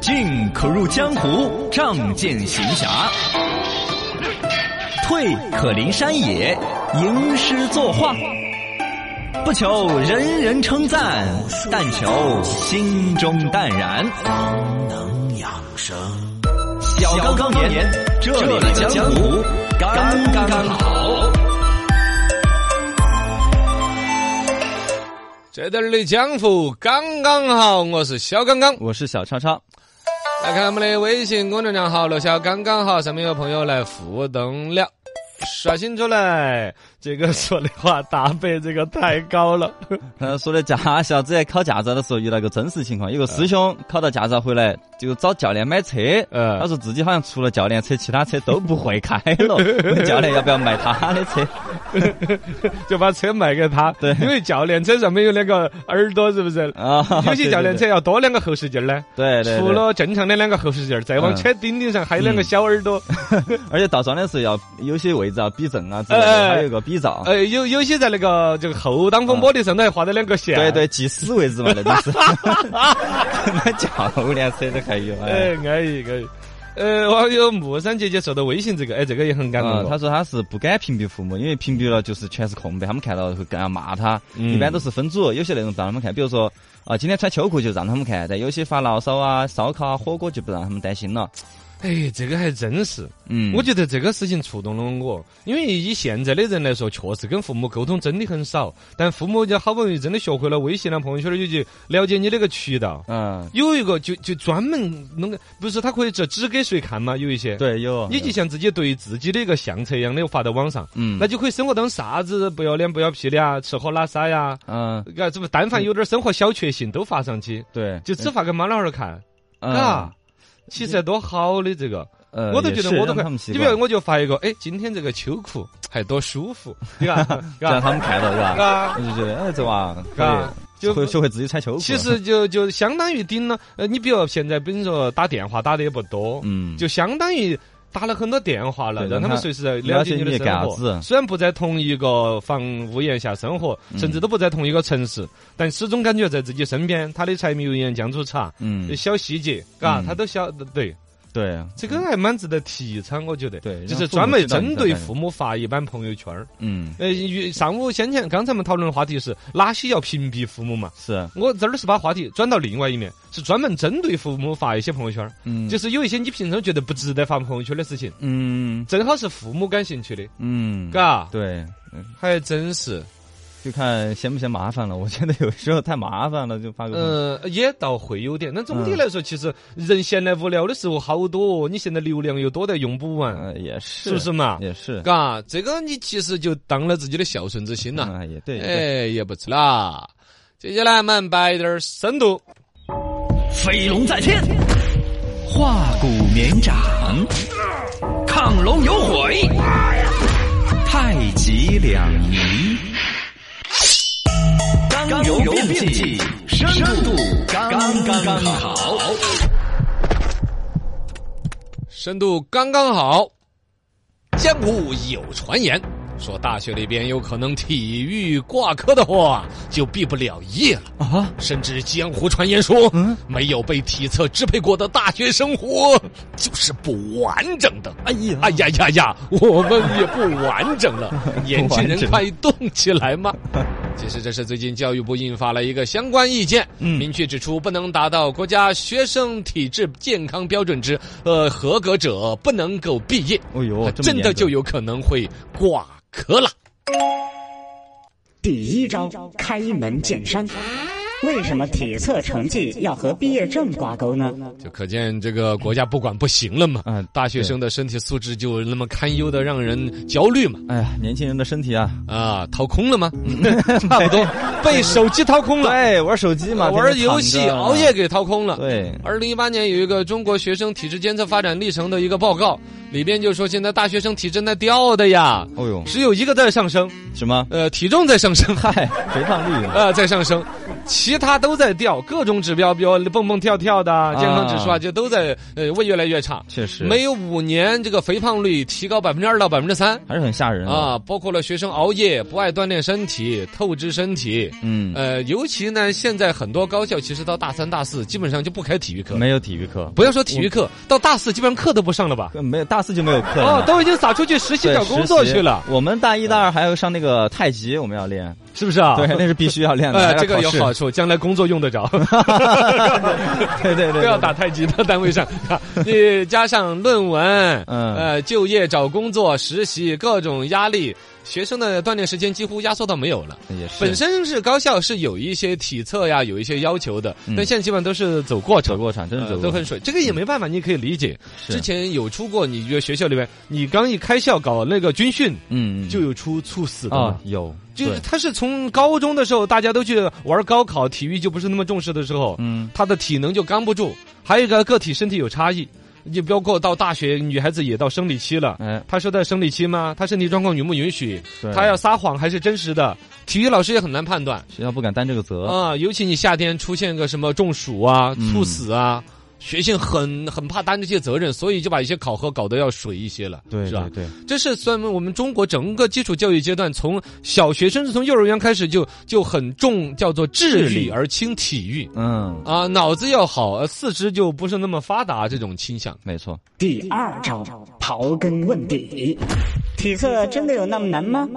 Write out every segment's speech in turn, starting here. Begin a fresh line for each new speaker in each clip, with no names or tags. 进可入江湖，仗剑行侠；退可临山野，吟诗作画。不求人人称赞，但求心中淡然。
方能养生。
小刚刚年，这里的江湖刚刚好。
这点儿的江湖刚刚好，我是小刚刚。
我是小超超，
来看我们的微信公众账号“楼下刚刚好”，上面有朋友来互动了。刷新出来，这个说的话搭配这个太高 了。
呃，说的驾校之前考驾照的时候遇到一个真实情况，有个师兄考到驾照回来就找教练买车，
嗯
他说自己好像除了教练车，其他车都不会开 了，问教练要不要卖他的车？
就把车卖给他，
对
因为教练车上面有两个耳朵，是不 是？
啊，
有些教练车要多两个后视镜呢，
对对对，
除了正常的两个后视镜，再往车顶顶上还有两个小耳朵。
而且倒桩的时候要有些位置要避震啊之类的，
哎哎
还有个避障。
呃，有有些在那个这个后挡风玻璃上头还画了两个线。
对。对，记死位置嘛，那就是。 那教练车都还有哎。
哎，安逸安逸。呃，网友木山姐姐说到微信这个，哎，这个也很感动
嗯，
我。
他说他是不敢屏蔽父母，因为屏蔽了就是全是空白，他们看到会更要骂他。
嗯
一般都是分组，有些内容让他们看，比如说啊，今天穿秋裤就让他们看，但有些发牢骚啊、烧烤啊、火锅就不让他们担心了。
哎，这个还真是，
嗯，
我觉得这个事情触动了我，因为以现在的人来说，确实跟父母沟通真的很少，但父母就好不容易真的学会了微信啊、朋友圈儿以及了解你那个渠道。
嗯，
有一个就就专门弄个，不是他可以这只给谁看嘛？有一些，，
对，有
你就像自己对自己的一个相册一样的发到网上，
嗯
那就可以生活当啥子不要脸不要屁的啊，吃喝拉撒呀，
嗯，
啊，这不但凡有点生活小确幸都发上去，
对，
就只发给妈老汉儿看，
哎嗯
嘎，其实多好的这个，
呃，
我都觉得我都
让
快
他们，习
你比
惯
如，我就发一个，哎，今天这个秋裤还多舒服，你看，
让
嘎
他们看到是吧？
嘎
我就觉得哎，这娃
嘎
可，以
啊就
会学会自己穿秋裤。
其，实就就相当于顶了，呃，你比如现在比如说打电话打的也不多，
嗯，
就相当于。打了很多电话了，
对
让
让
他们
他
随时来了解
了解
你
你
的
的
生
嘎子
活。虽然不在同一个房屋檐下生活，
嗯
甚至都不在同一个城市，但始终感觉在自己身边。他的柴米油盐酱醋茶，
嗯
这，小细节，嘎，
嗯
他都晓得。对，
对，
这个还蛮值得提倡，我觉得。
对
就
让
是
父母
专门
知道你
针
在
对
干什
父母发一版朋友圈儿。
嗯，
呃，与上午先前刚才我们讨论的话题是哪些要屏蔽父母嘛？
是，
我这儿是把话题转到另外一面，是专门针对父母发一些朋友圈儿，
嗯，
就是有一些你平常觉得不值得发朋友圈的事情，
嗯
正好是父母感兴趣的，
嗯，
嘎，
对，嗯
还真是，
就看嫌不嫌麻烦了。我觉得有时候太麻烦了，就发个朋友
呃，也倒会有点。但总体
嗯
来说，其实人闲来无聊的时候好多，你现在流量又多得用不完，
呃，也是，
是不是？嘛？
也是，
嘎，这个你其实就当了自己的孝顺之心呐、
嗯，也对，也对
哎，也不错啦。接下来我们摆点儿深度。
飞龙在天，化骨绵掌，亢龙有悔，太极两仪，刚柔并济，深度刚刚好。
深度刚刚好。江湖有传言说，大学里边有可能体育挂科的话，就毕不了业了
啊。
甚至江湖传言说，
嗯
没有被体测支配过的大学生活就是不完整的。
哎呀
哎呀呀呀，我们也不完整了，年轻
不完
人
整
快动起 来嘛！其实这是最近教育部印发了一个相关意见，
嗯
明确指出，不能达到国家学生体质健康标准之呃合格者不能够毕业，
哦呦，这么
真
严
的
重
就有可能会挂科了。
第一招开门见山。为什么体测成绩要和毕业证挂钩呢？
就可见这个国家不管不行了嘛，
嗯
大学生的身体素质就那么堪忧的让人焦虑嘛，
哎呀，年轻人的身 体啊，
啊，掏 空了吗？差不多被手机掏空了，
对，玩手机嘛，
玩
天天躺
游戏
着
熬夜，给掏空了。
对，
二零一八年有一个中国学生体质监测发展历程的一个报告，里边就说现在大学生体正在掉的呀，
哦呦，
只有一个在上升，
什么？
呃，体重在上升，
嗨，肥胖率啊
呃，在上升，其他都在掉，各种指标，比如蹦蹦跳跳的啊、健康指数啊，就都在呃会越来越差。
确实
没有五年，这个肥胖率提高百分之二到百分之三
还是很吓人啊。
啊，包括了学生熬夜、不爱锻炼身体、透支身体。
嗯，
呃，尤其呢，现在很多高校其实到大三、大四基本上就不开体育课，
没有体育课，
不要说体育课，到大四基本上课都不上了吧？
呃没有大四就没有课了
哦，
嘛。
都已经撒出去实习
对
找工作去了
实，习我们大一、大二还要上那个太极，我们要练。
是不是啊？
对，那是必须要练 的。还
呃，
要
这个
考
有
试
好处，将来工作用得着。
对对对，
都要打太极的单位上，啊你加上论文，
嗯
呃，就业、找工作、实习各种压力，学生的锻炼时间几乎压缩到没有了。
对也是
本身是高校是有一些体测呀，有一些要求的，但现在基本上都是走过程
嗯走。过场，真是
呃
走
都
过场
很水，这个也没办法，你也可以理解。
是
之前有出过，你觉得学校里面，你刚一开校搞那个军训，
嗯嗯
就有出猝死的
啊
嘛，
有
就是
对
他是从高中的时候，大家都去玩高考，体育就不是那么重视的时候，
嗯
他的体能就刚不住，还有一个个体身体有差异，就包括到大学，女孩子也到生理期了。
哎
她是在生理期吗？她身体状况允不允许
对？
她要撒谎还是真实的？体育老师也很难判断
学校不敢担这个责，
啊、尤其你夏天出现个什么中暑啊、
嗯
猝死啊，学校很很怕担这些责任，所以就把一些考核搞得要水一些了，
对
是啊吧
对？对，
这是算我们中国整个基础教育阶段，从小学甚至从幼儿园开始就就很重叫做智
智
力
力
而轻体育。
嗯，
啊，脑子要好，呃四肢就不是那么发达，这种倾向。
没错，
第二招，刨根问底。体测真的有那么难吗？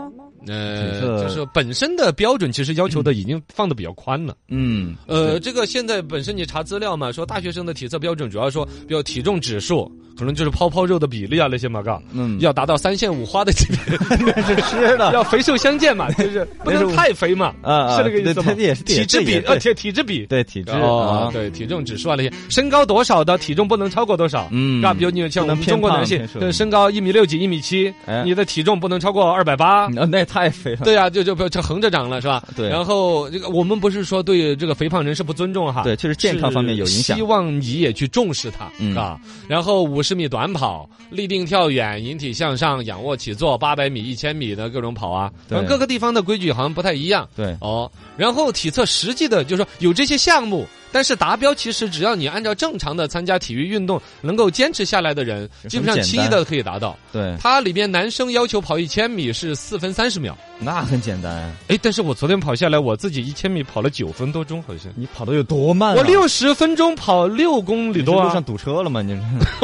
呃，
只是
就是本身的标准其实要求的已经放的比较宽了。
嗯
呃，这个现在本身你查资料嘛，说大学生的体测标准主要说，比如体重指数，可能就是泡泡肉的比例啊那些嘛，嘎。
嗯，
要达到三线五花的级 别，
是吃的，
要肥瘦相 间嘛，就是不能太肥嘛，
啊啊
是那个意思吗
对？这也是
体
这
脂
也
比，
对
呃，体体脂比，
对体质
哦
啊，，
对，体重指数啊那些，身高多少的体重不能超过多少，
嗯
啊，比如你像我
不能
们
偏
中国
胖
男性
偏瘦，
呃身高一米六几、一米七
哎，
你的体重不能超过二百八。
啊那也太肥 了，
对呀、就就不就横着长了是吧？
对
然后这个我们不是说对这个肥胖人士不尊重哈？
对确实健康方面有影响
是希望你也去重视它、
嗯
啊。然后五十米短跑、立定跳远、引体向上、仰卧起坐、八百米、一千米的各种跑啊，
对
反正各个地方的规矩好像不太一样。
对
哦，然后体测实际的，就是说有这些项目，但是达标其实只要你按照正常的参加体育运动，能够坚持下来的人，
很
基本上
简
七
单
的可以达到。
对，
它里边男生要求跑一千米是四分三十秒，
那很简单，啊
哎，但是我昨天跑下来，我自己一千米跑了九分多钟，好像。
你跑的有多慢啊？
我六十分钟跑六公
你
里
是
多、
路
啊
上，堵车了吗？你是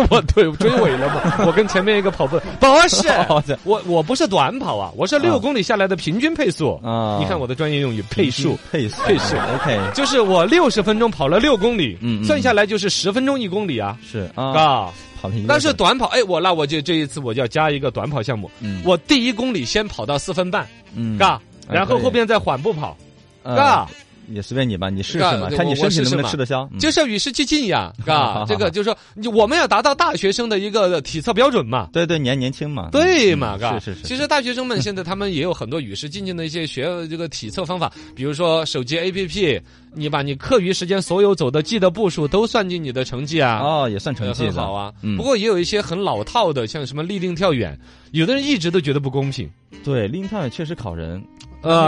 我 对追尾了 嘛？我跟前面一个跑步不是
好的，
我我不是短跑啊，我是六
啊
公里下来的平均配速
啊嗯
你看我的专业用语配 速，哦
配速
配速
，OK
就是我六十分钟跑了六公里，
嗯嗯
算下来就是十分钟一公里啊，
是啊，
啊。
跑了一个
但是
小时
短跑，哎，我那我就这一次我就要加一个短跑项目，
嗯
我第一公里先跑到四分半，
嗯
嘎，
哎
然后
可以
后边再缓步跑，
呃
嘎，
也随便你吧，你试试
嘎
嘛，
对
看
我
你身
我
体
试
能
试
不能
嘛
吃得消，嗯
就是要与时俱进呀， 嘎，这个就是说你我们要达到大学生的一个体测标准嘛。
对对，你还年轻嘛，
对嘛，
嗯
嘎、
是是是，
其实大学生们现在他们也有很多与时俱进的一些学这个体测方法，比如说手机 APP，你把你课余时间所有走的记的步数都算进你的成绩啊。
哦，也算成绩
呃
了
很好啊，
嗯
不过也有一些很老套的，像什么立定跳远，有的人一直都觉得不公平。
对，立定跳远确实考人，
呃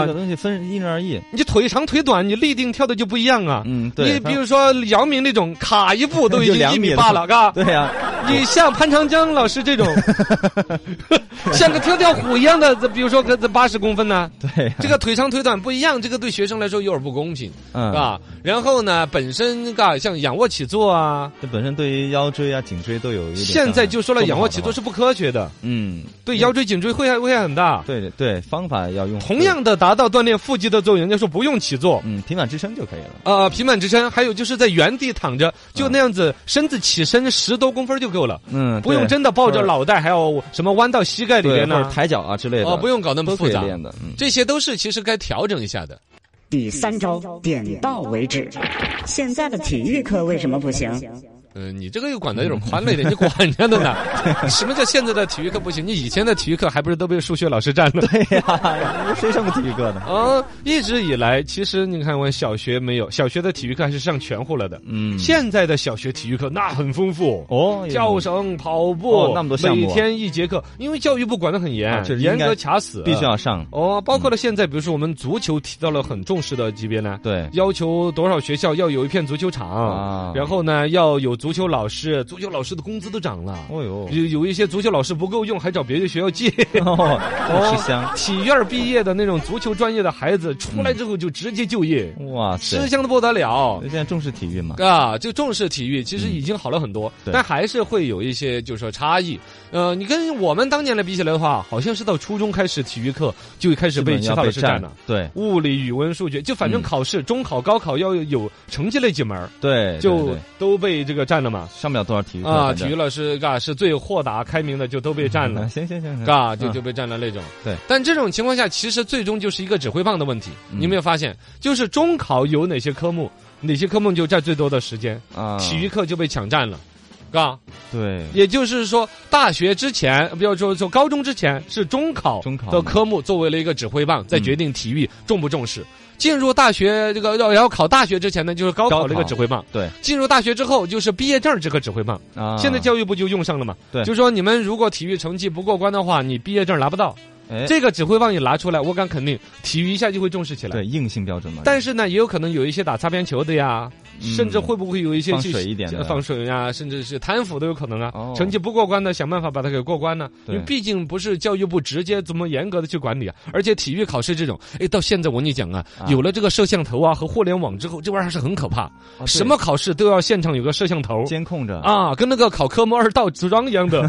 哦这个东西分因人而异。
你腿长腿短，你立定跳的就不一样啊。
嗯对
你
他
比如说姚明那种，卡一步都已
就
经
两
一
米
米
了
八了，嘎。
对呀、
你像潘长江老师 这种，像个跳跳虎一样的，这比如说个这八十公分呢、
对呀、
这个腿长腿短不一样，这个对学生来说有点不公平，
嗯，
啊。然后呢，本身嘎像仰卧起坐啊，
这本身对于腰椎啊、颈椎都有一点伤害。
现在就说了
做不
仰
好
卧
的
起坐
话，
是不科学的，
嗯，
对腰椎颈椎危害危害很大。
对对，方法要用
同，样的，达到锻炼腹肌的作用，人家说不用起坐。
嗯，平板支撑就可以了。
啊、平板支撑，还有就是在原地躺着，就那样子，身子起身十多公分就够了，
嗯，
不用
对
真的抱着
或者
脑袋，还要什么弯到膝盖里
对，
边
或
呢
者？抬脚啊之类的，
哦，不用搞那么
都
复
可以
杂，
练的。 嗯，
这些都是其实该调整一下的。
第三招，点到为止。现在的体育课为什么不行？
呃，你这个又管的有点宽了一点，你管 人家的呢？什么叫现在的体育课不行？你以前的体育课还不是都被数学老师占了？
对呀、谁上过体育课呢？
啊，一直以来，其实你看，我小学没有，小学的体育课还是上全户了的。
嗯
现在的小学体育课那很丰富
哦
跳绳、跑步、
哦那么多项目
每天一节课，因为教育部管得很严，
啊这是应
严
该
格卡死，
必须要上。
哦，包
嗯
括了现在，比如说我们足球提到了很重视的级别呢，
对
要求多少学校要有一片足球场，
啊
然后呢要有足球老师，足球老师的工资都涨了，
哦哟，
有有一些足球老师不够用，还找别的学校 借。
哦，真吃香。
体院毕业的那种足球专业的孩子出来之后就直接就业，
哇塞！
吃香的不得了。
现在重视体育嘛？
啊，就重视体育，其实已经好了很多，
嗯对
但还是会有一些就是说差异。呃，你跟我们当年来比起来的话，好像是到初中开始体育课就开始
基本
被其
要
他老
被
师占
占
了。。
对
物理、语文、数学，就反正
嗯
考试，中考、高考要有成绩那几门儿，
对，对
就
对
都被这个占了嘛。
上不了多少体育课
啊，
反
体
正
育老师嘎是最豁达开明的，就都被占
啊
了。
行行行行，
嘎，就
嗯
就被占了那种。
对，
但这种情况下，其实最终就是一个指挥棒的问题。
嗯
你有没有发现，就是中考有哪些科目，哪些科目就占最多的时间，
啊，
体育课就被抢占了，嘎。
对
也就是说，大学之前，不要说说高中之前，是中考
中考嗯
的科目作为了一个指挥棒，在决定体育重不重视。进入大学这个要要考大学之前呢，就是高
高
考
考
这个指挥棒；
对
进入大学之后，就是毕业证这个指挥棒。
啊，
现在教育部就用上了嘛，
对
就说你们如果体育成绩不过关的话，你毕业证拿不到。
哎
这个指挥棒一拿出来，我敢肯定，体育一下就会重视起来。
对硬性标准嘛，
但是呢，也有可能有一些打擦边球的呀，
嗯
甚至会不会有一些
放
去呃
水一点的
放水呀、甚至是贪腐都有可能啊。
哦
成绩不过关的，想办法把它给过关呢、因
对
为毕竟不是教育部直接这么严格的去管理啊。而且体育考试这种，哎，到现在我跟你讲啊，
啊
有了这个摄像头啊和互联网之后，这玩意儿是很可怕。
啊对
什么考试都要现场有个摄像头。
监控着，
啊，跟那个考科目二倒组装一 样的。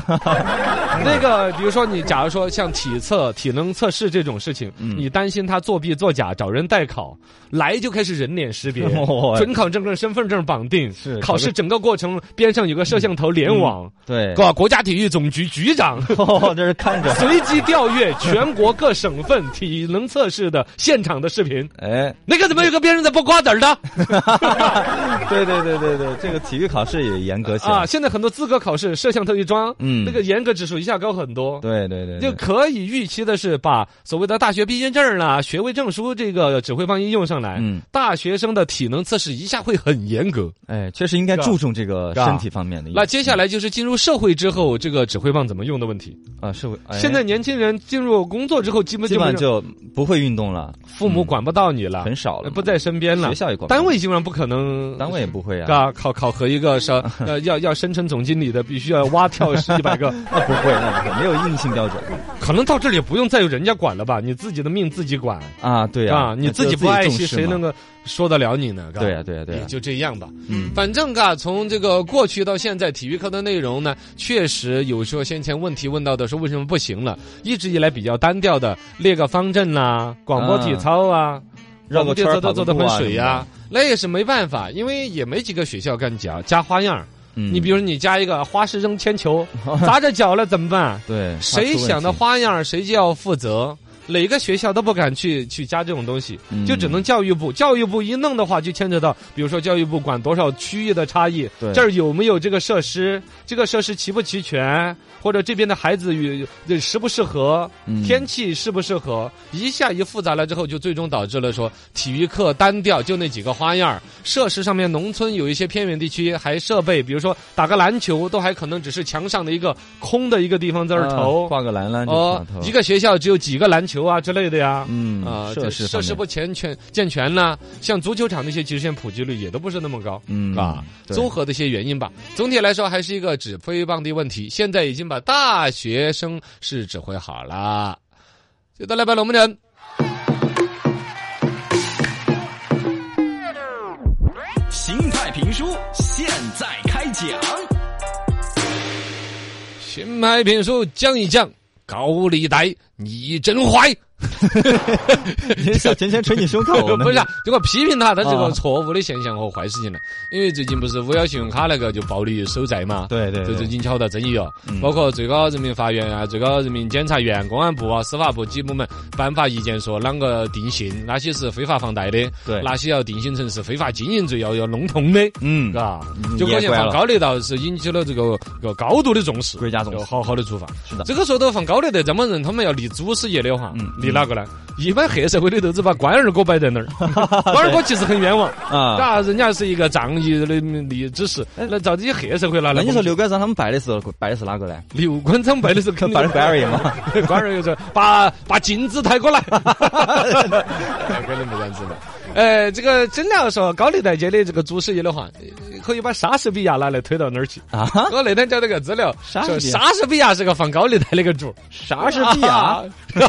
那个，比如说你，假如说像体测、体能测试这种事情，
嗯
你担心他作弊作假，找人代考，来就开始人脸识别
哦，
准考证跟身份证绑定，
是嗯
考试整个过程边上有个摄像头联网，
对，
国国家体育总局局长。
哦，这是看 着，
随机调阅全国各省份体能测试的现场的视频，
哎，
那个怎么有个别人在剥瓜子 儿的？
对对对对对，这个体育考试也严格起
啊，
来，
现在很多资格考试，摄像头一装，
嗯
那个严格指数一下高很多。
对对对，对
就可以预期的是，把所谓的大学毕业证啦、学位证书这个指挥棒一用上来，
嗯
大学生的体能测试一下会很严格。
哎，确实应该
是吧
注重这个
是吧
身体方面的。
那接下来就是进入社会之后，这个指挥棒怎么用的问题。
啊，社会哎
现在年轻人进入工作之后，基本
基
就
本
没
上
有
就不会运动了，
父母管不到你了，
很少了，
啊不在身边了，
学校也管不到
单位基本上不可能，
单位也不会啊，
啊考考核一个 是呃要要升成总经理的，必须要蛙跳十 几百个，
那啊不会，那不会，没有硬性标准
可能到这里不用再有人家管了吧，你自己的命自己管。
啊，对
啊，你
那
自
就
己不爱惜，
重视
谁
嘛
能够说得了你呢？嘎
对啊呀，对呀，对
也
呀，
就这样吧。
嗯
反正嘎，从这个过去到现在，体育课的内容呢，确实有时候先前问题问到的是为什么不行了，一直以来比较单调的列个方阵啦、广播体操啊，
绕个圈
广
儿
播体操都做得很水呀、
跑个步啊
那也是没办法，因为也没几个学校敢加加花样儿。
嗯
你比如你加一个花式扔铅球， 砸着脚了怎么办？
对，
谁想的
的，
花样儿谁就要负责。哪个学校都不敢去去加这种东西，
嗯
就只能教育部。教育部一弄的话，就牵扯到，比如说教育部管多少区域的差异，
对
这儿有没有这个设施，这个设施齐不齐全，或者这边的孩子与呃适不适合，
嗯
天气适不适合，一下一复杂了之后，就最终导致了说体育课单调，就那几个花样儿设施上面，农村有一些偏远地区还设备，比如说打个篮球，都还可能只是墙上的一个空的一个地方在那儿投。
啊挂个栏栏就
哦
挂头，
一个学校只有几个篮球啊之类的呀。
嗯
啊，
设
这
施
设
方
施
面
不健全健全啦、像足球场那些，其实现在普及率也都不是那么高，
嗯
啊，
对
综合的一些原因吧。总体来说，还是一个指挥棒的问题。现在已经把大学生是指挥好了，就到来摆龙门阵。
形态评书现在开 讲。
新买评书讲一讲，高利贷你真坏，
小钱钱捶你胸口呢？
不是、啊，这个批评他，他这
啊
个错误的现象和坏事情呢。因为最近不是五幺信用卡那个就暴力收债嘛，
对对
就
对嗯
最近好大争议哦。包括最高人民法院啊、最高人民检察院、公安部啊、司法部几部门颁发意见说，啷个定性，哪些是非法放贷的，
对
哪些要定性成是非法经营罪，要要弄通的。
嗯，
嘎，
嗯
就关键
也怪
放
了
高利贷是引起了这个这个高度的重视，
国家重视
有好好的处罚。
是的
这个说到放高利贷，这么人他们要立祖师爷的话
嗯，
立哪个呢？一般黑社会里头只把关二哥摆 在那儿，关二哥其实很冤枉，
啊。
嘎，人家是一个仗义的立之士，那照这些黑社会拿来
那
捧？
你说刘关张他们拜的是拜的是哪个 呢？
刘关张摆的是肯定
拜的关二爷 嘛。
官人又说：“把把镜子抬 过来。”
哎
肯定不这样子
啊
的。呃，这个真的要说高利贷界的这个祖师爷的话，可以把莎士比亚拿来推到那儿去
啊
我那天找到个资料，
莎士
说
比亚
莎士比亚是个放高利贷的一个主。
莎士比亚，
啊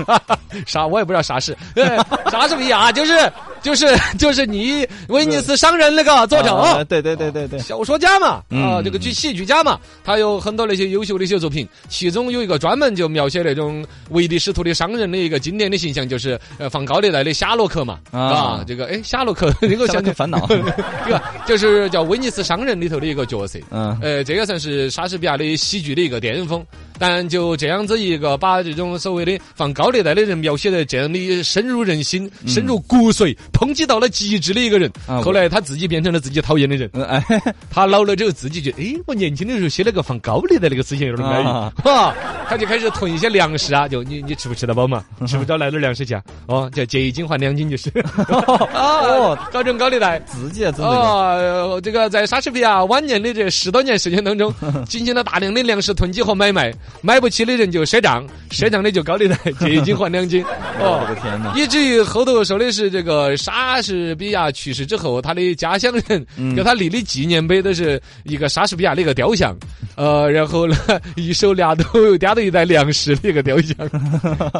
啥我也不知道啥 是，对，莎士比亚就是就是就是你威尼斯商人那个作者。
啊对对对对对，
小说家嘛，啊，
嗯
这个剧戏剧家嘛，他有很多那些优秀的一些作品，其中有一个专门就描写那种唯利是图的商人的一个经典的形象，就是呃放高利贷的夏洛克嘛，
啊
啊，这个哎夏洛克， 能够
夏洛
想
克
起
烦恼
这个就是叫威尼斯商人里头的一个角色，
嗯
呃，这个算是莎士比亚的喜剧的一个巅峰。但就这样子一个把这种所谓的放高利贷的人描写的这样的深入人心、深入骨髓、抨击到了极致的一个人，
嗯啊
后来他自己变成了自己讨厌的人。
嗯哎，
他老了之后自己觉得，哎，我年轻的时候写了个放高利贷那个事情有点安
啊
逸，哈、他就开始囤一些粮食啊，就你你吃不吃得饱嘛？吃不着来点粮食钱，哦，就借一斤还两斤就是，哦，高中高利贷。
自己也自己
哦，这个在莎士比亚晚年的这十多年时间当 中，进行了大量的粮食囤积和买卖，买不起的人就赊账，赊账的就高利贷，借一斤还两斤。哦
我，的天哪！
以至于后头说的是这个莎士比亚去世之后，他的家乡人
嗯
给他立的纪念碑都是一个莎士比亚的一个雕像，呃，然后呢，一手拿都叼着一袋粮食的一 个雕像，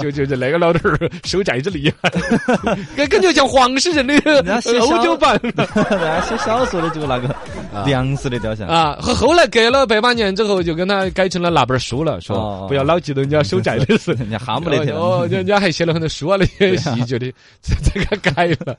就就就那个老头儿手债之厉害，啊跟跟就像黄世仁的呃
家写小
欧洲 版。
大家写小说的就那个粮食的雕像，
啊，后后来隔了百把年之后，就跟他改成了那本儿书了，
哦
说不要老记得人家手债的事。
人家哈姆雷
哦，
特，
人家还写了很多书啊，那些戏剧的，这 这个改 了。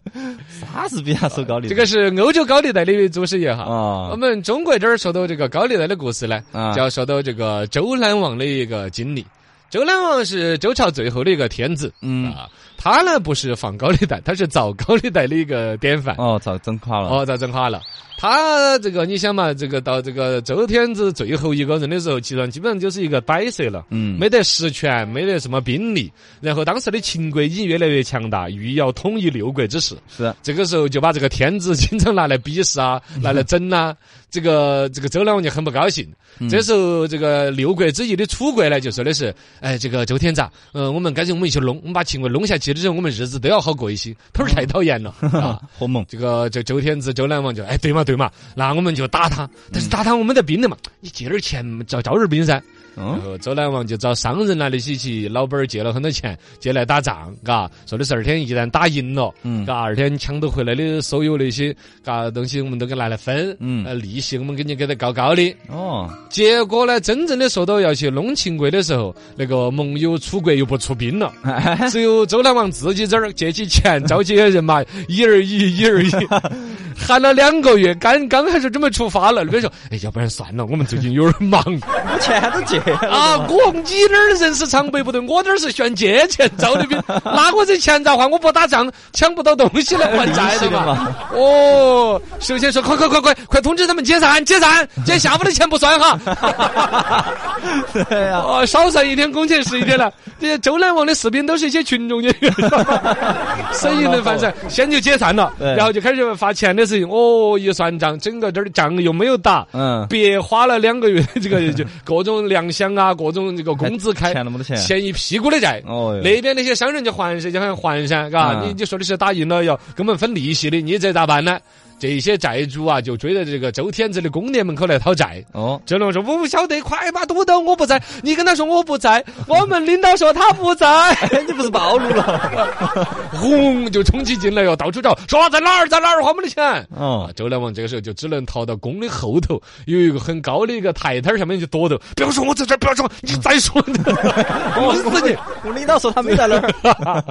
莎士比亚手高利
这个是欧洲高利贷的祖师爷哈。
啊
我们中国这儿说到这个高利贷的故事呢，
啊
就要说到这个周兰王的一个经历。周兰王是周朝最后的一个天子，
嗯
啊，他呢不是放高利贷，他是造高利贷的一个典范。
哦，早真垮了，
哦，遭整垮了。他这个你想嘛，这个到这个周天子最后一个人的时候，其实基本上就是一个摆设了，
嗯
没得实权，没得什么兵力。然后当时的秦国已经越来越强大，欲要统一六国之势，
是
这个时候就把这个天子经常拿来鄙 视啊，拿来整啊。这个这个周老王就很不高兴。
嗯
这时候这个六国之一的楚国呢，就说的是，哎，这个周天子啊，嗯，我们干脆我们一起弄，我们把秦国弄下去了之后，我们日子都要好过一些。他
嗯
说太讨厌了。 啊
好猛，
这个这周天子周兰王就哎对嘛对嘛，那我们就打
嗯
他，但是打他我们得兵的嘛，你借点儿钱招招人兵噻。然
嗯，
后周兰王就找商人啊那些去老板儿借了很多钱，借来打仗，嘎，说的是二天一旦打赢了，
嗯
嘎，二天抢夺回来的所有那些嘎东西我们都给拿来分，
嗯
呃，利息我们给你给得高高的。
哦，
结果呢，真正的说到要去弄秦国的时候，那个盟友楚国又不出兵了，只有周兰王自己这儿借起钱，召集人马，一二一， 一二一，喊了两个月，刚刚开始准备出发了，那边说，哎，要不然算了，我们最近有点忙
钱都借
啊，
了，
我你那儿人事常备不对，我这儿是炫借钱招的 兵，拿我这钱咋还？我不打仗，抢不到东 西来还债的
利息的
嘛
嘛。
哦，首先说快快快快快通知他们解散解散， 今天下午的钱不算哈。
对呀，
哦，少算一天工钱是一天了。这些周兰王的士兵都是一些群众演 员，生意能翻身，先就解散了，
对
然后就开始发钱的事情。哦，一算账，整个这儿仗又没有打，
嗯
别花了两个月的这 个就各种粮饷啊，各种这个工资开，
欠了没得钱
欠一屁股的债。
哦哟
那边那些商人就还噻，就喊还噻，嘎，
嗯
你你说的是打赢了要给我们分利息的，你这咋办呢？这些债主啊，就追到这个周天子的宫殿门口来讨债。
哦，
周龙说：“不晓得，快把堵到我不在，你跟他说我不在，我们领导说他不在。”
你不是暴露了？
轰就冲击进来哟，到处找，说在哪儿，在哪儿花我们的钱。啊
哦，，
周梁王这个时候就只能逃到宫的后头，有一个很高的一个台台儿上面去躲着，不要说我在这儿，不要说，你再说，我死 你！
我领导说他没在那儿。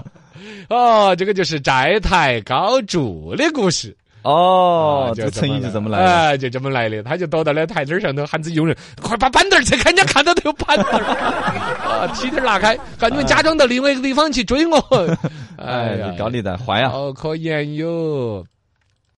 哦，这个就是债台高筑的故事。
哦
啊，
这个成语就这么来的。
哎，就这么来的。他就躲到那台阶儿上头，喊自己佣人快把板凳儿拆开，人家看到都有板凳 儿，啊，梯腿儿拿开，赶紧假装到另外一个地方去追我。哎
哎
呀，，
高利贷坏啊！
好可怜哟。